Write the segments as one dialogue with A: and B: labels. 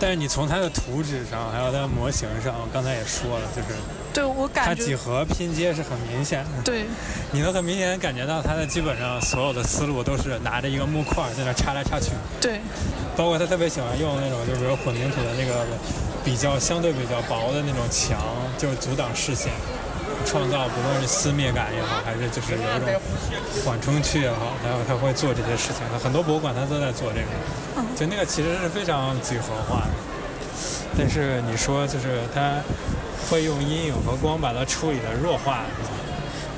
A: 但是你从它的图纸上，还有它的模型上，我刚才也说了，就是
B: 对我
A: 它
B: 感
A: 几
B: 觉
A: 何拼接是很明显的，
B: 对
A: 你能很明显地感觉到它的基本上所有的思路都是拿着一个木块儿在那插来插去，
B: 对
A: 包括他特别喜欢用那种，就比如混凝土的那个比较相对比较薄的那种墙，就是阻挡视线，创造不论是撕灭感也好，还是就是有一种缓冲区也好，然后他会做这些事情。很多博物馆他都在做这个，就那个其实是非常几何化的。但是你说就是他会用阴影和光把它处理的弱化，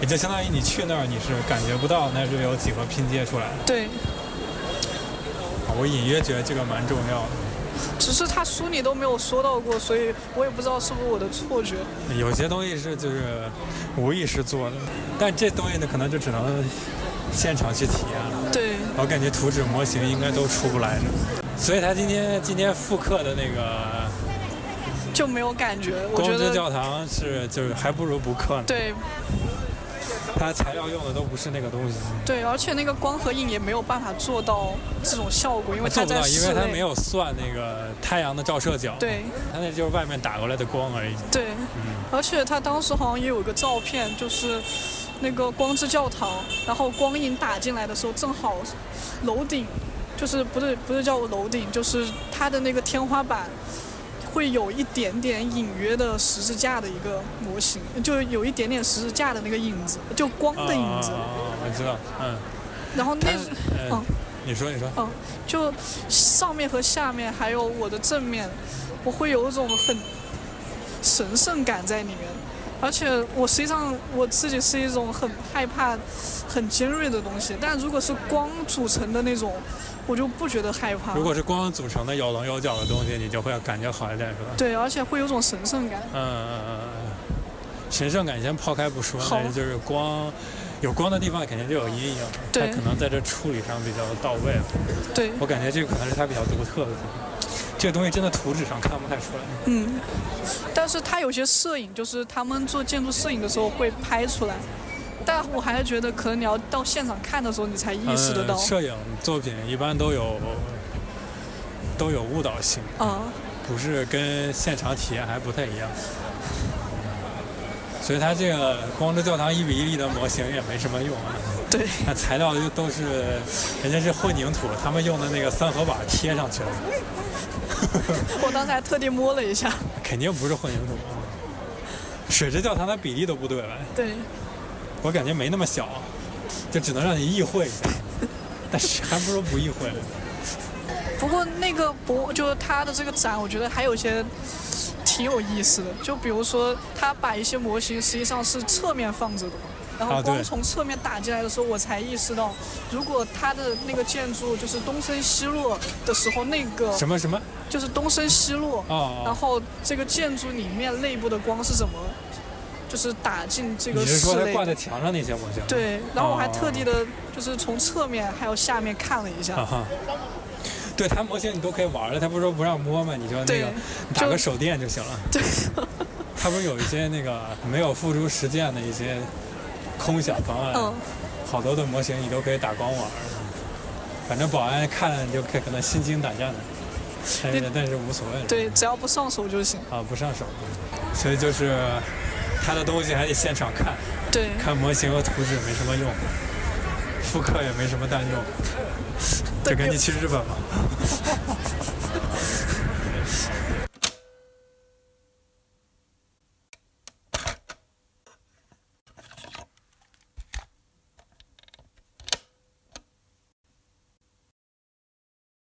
A: 也就相当于你去那儿你是感觉不到那是有几何拼接出来的。
B: 对，
A: 我隐约觉得这个蛮重要的。
B: 只是他书里都没有说到过，所以我也不知道是不是我的错觉。
A: 有些东西是就是无意识做的，但这东西呢，可能就只能现场去体验了。
B: 对
A: 我感觉图纸模型应该都出不来的，所以他今天今天复刻的那个
B: 就没有感觉，我
A: 光
B: 觉
A: 之
B: 得
A: 教堂是就是还不如不刻呢。
B: 对
A: 它材料用的都不是那个东西，
B: 对，而且那个光和影也没有办法做到这种效果，因为
A: 做不
B: 它在
A: 到，因
B: 室
A: 为它
B: 内。
A: 没有算那个太阳的照射角，，
B: 对
A: 它那就是外面打过来的光而已。
B: 对，而且他当时好像也有个照片，就是那个光之教堂，然后光影打进来的时候，正好楼顶，就是不是不是叫楼顶，就是它的那个天花板。会有一点点隐约的十字架的一个模型，就有一点点十字架的那个影子，就光的影子。
A: 啊我知道，嗯，
B: 然后那
A: 嗯、
B: 嗯
A: 你说你说，
B: 就上面和下面，还有我的正面，我会有一种很神圣感在里面。而且我实际上我自己是一种很害怕、很尖锐的东西，但如果是光组成的那种，我就不觉得害怕
A: 如。果是光组成的有棱有角的东西，你就会感觉好一点，是吧？
B: 对，而且会有种神圣感。
A: 嗯嗯嗯嗯，神圣感先抛开不说，
B: 好
A: 但是就是光，有光的地方肯定就有阴影，它
B: 对
A: 可能在这处理上比较到位了。
B: 对，
A: 我感觉这个可能是它比较独特的地方。这个东西真的图纸上看不太出来，
B: 嗯。但是它有些摄影，就是他们做建筑摄影的时候会拍出来，但我还是觉得可能你要到现场看的时候，你才意识得到
A: 嗯。摄影作品一般都有都有误导性，
B: 啊、
A: 不是跟现场体验还不太一样。所以它这个光之教堂一比一粒的模型也没什么用啊。
B: 对。
A: 那材料就都是人家是混凝土，他们用的那个三合板贴上去的，
B: 我当时还特地摸了一下，
A: 肯定不是混凝土。啊水之教堂的比例都不对吧？
B: 对，
A: 我感觉没那么小，就只能让你意会一下。但是还不如不意会了。
B: 不过那个博就是他的这个展，我觉得还有一些挺有意思的，就比如说他把一些模型实际上是侧面放着的嘛，然
A: 啊
B: 后
A: 对
B: 光从侧面打进来的时候，我才意识到，如果他的那个建筑就是东升西落的时候，那个
A: 什么什么？
B: 就是东升西落，然
A: 哦，
B: 后这个建筑里面内部的光是怎么就是打进这
A: 你
B: 个
A: 是
B: 室
A: 说它
B: 内
A: 挂
B: 的。
A: 在墙上那些模型？。
B: 对，然后我还
A: 哦
B: 特地的，就是从侧面还有下面看了一下
A: 啊，哈。对它模型你都可以玩了，它不是说不让摸吗？你就那
B: 对
A: 个打个
B: 就
A: 手电就行了。
B: 对，
A: 它不是有一些那个没有付诸实践的一些空想方案？
B: 嗯，
A: 好多的模型你都可以打光玩儿，反正保安看了你就可可能心惊胆战的，但是
B: 对
A: 但是无所谓了
B: 对，只要不上手就行。
A: 啊，不上手，所以就是他的东西还得现场看，
B: 对，
A: 看模型和图纸没什么用，复刻也没什么蛋用，就
B: 对
A: 跟
B: 对
A: 你去日本吧，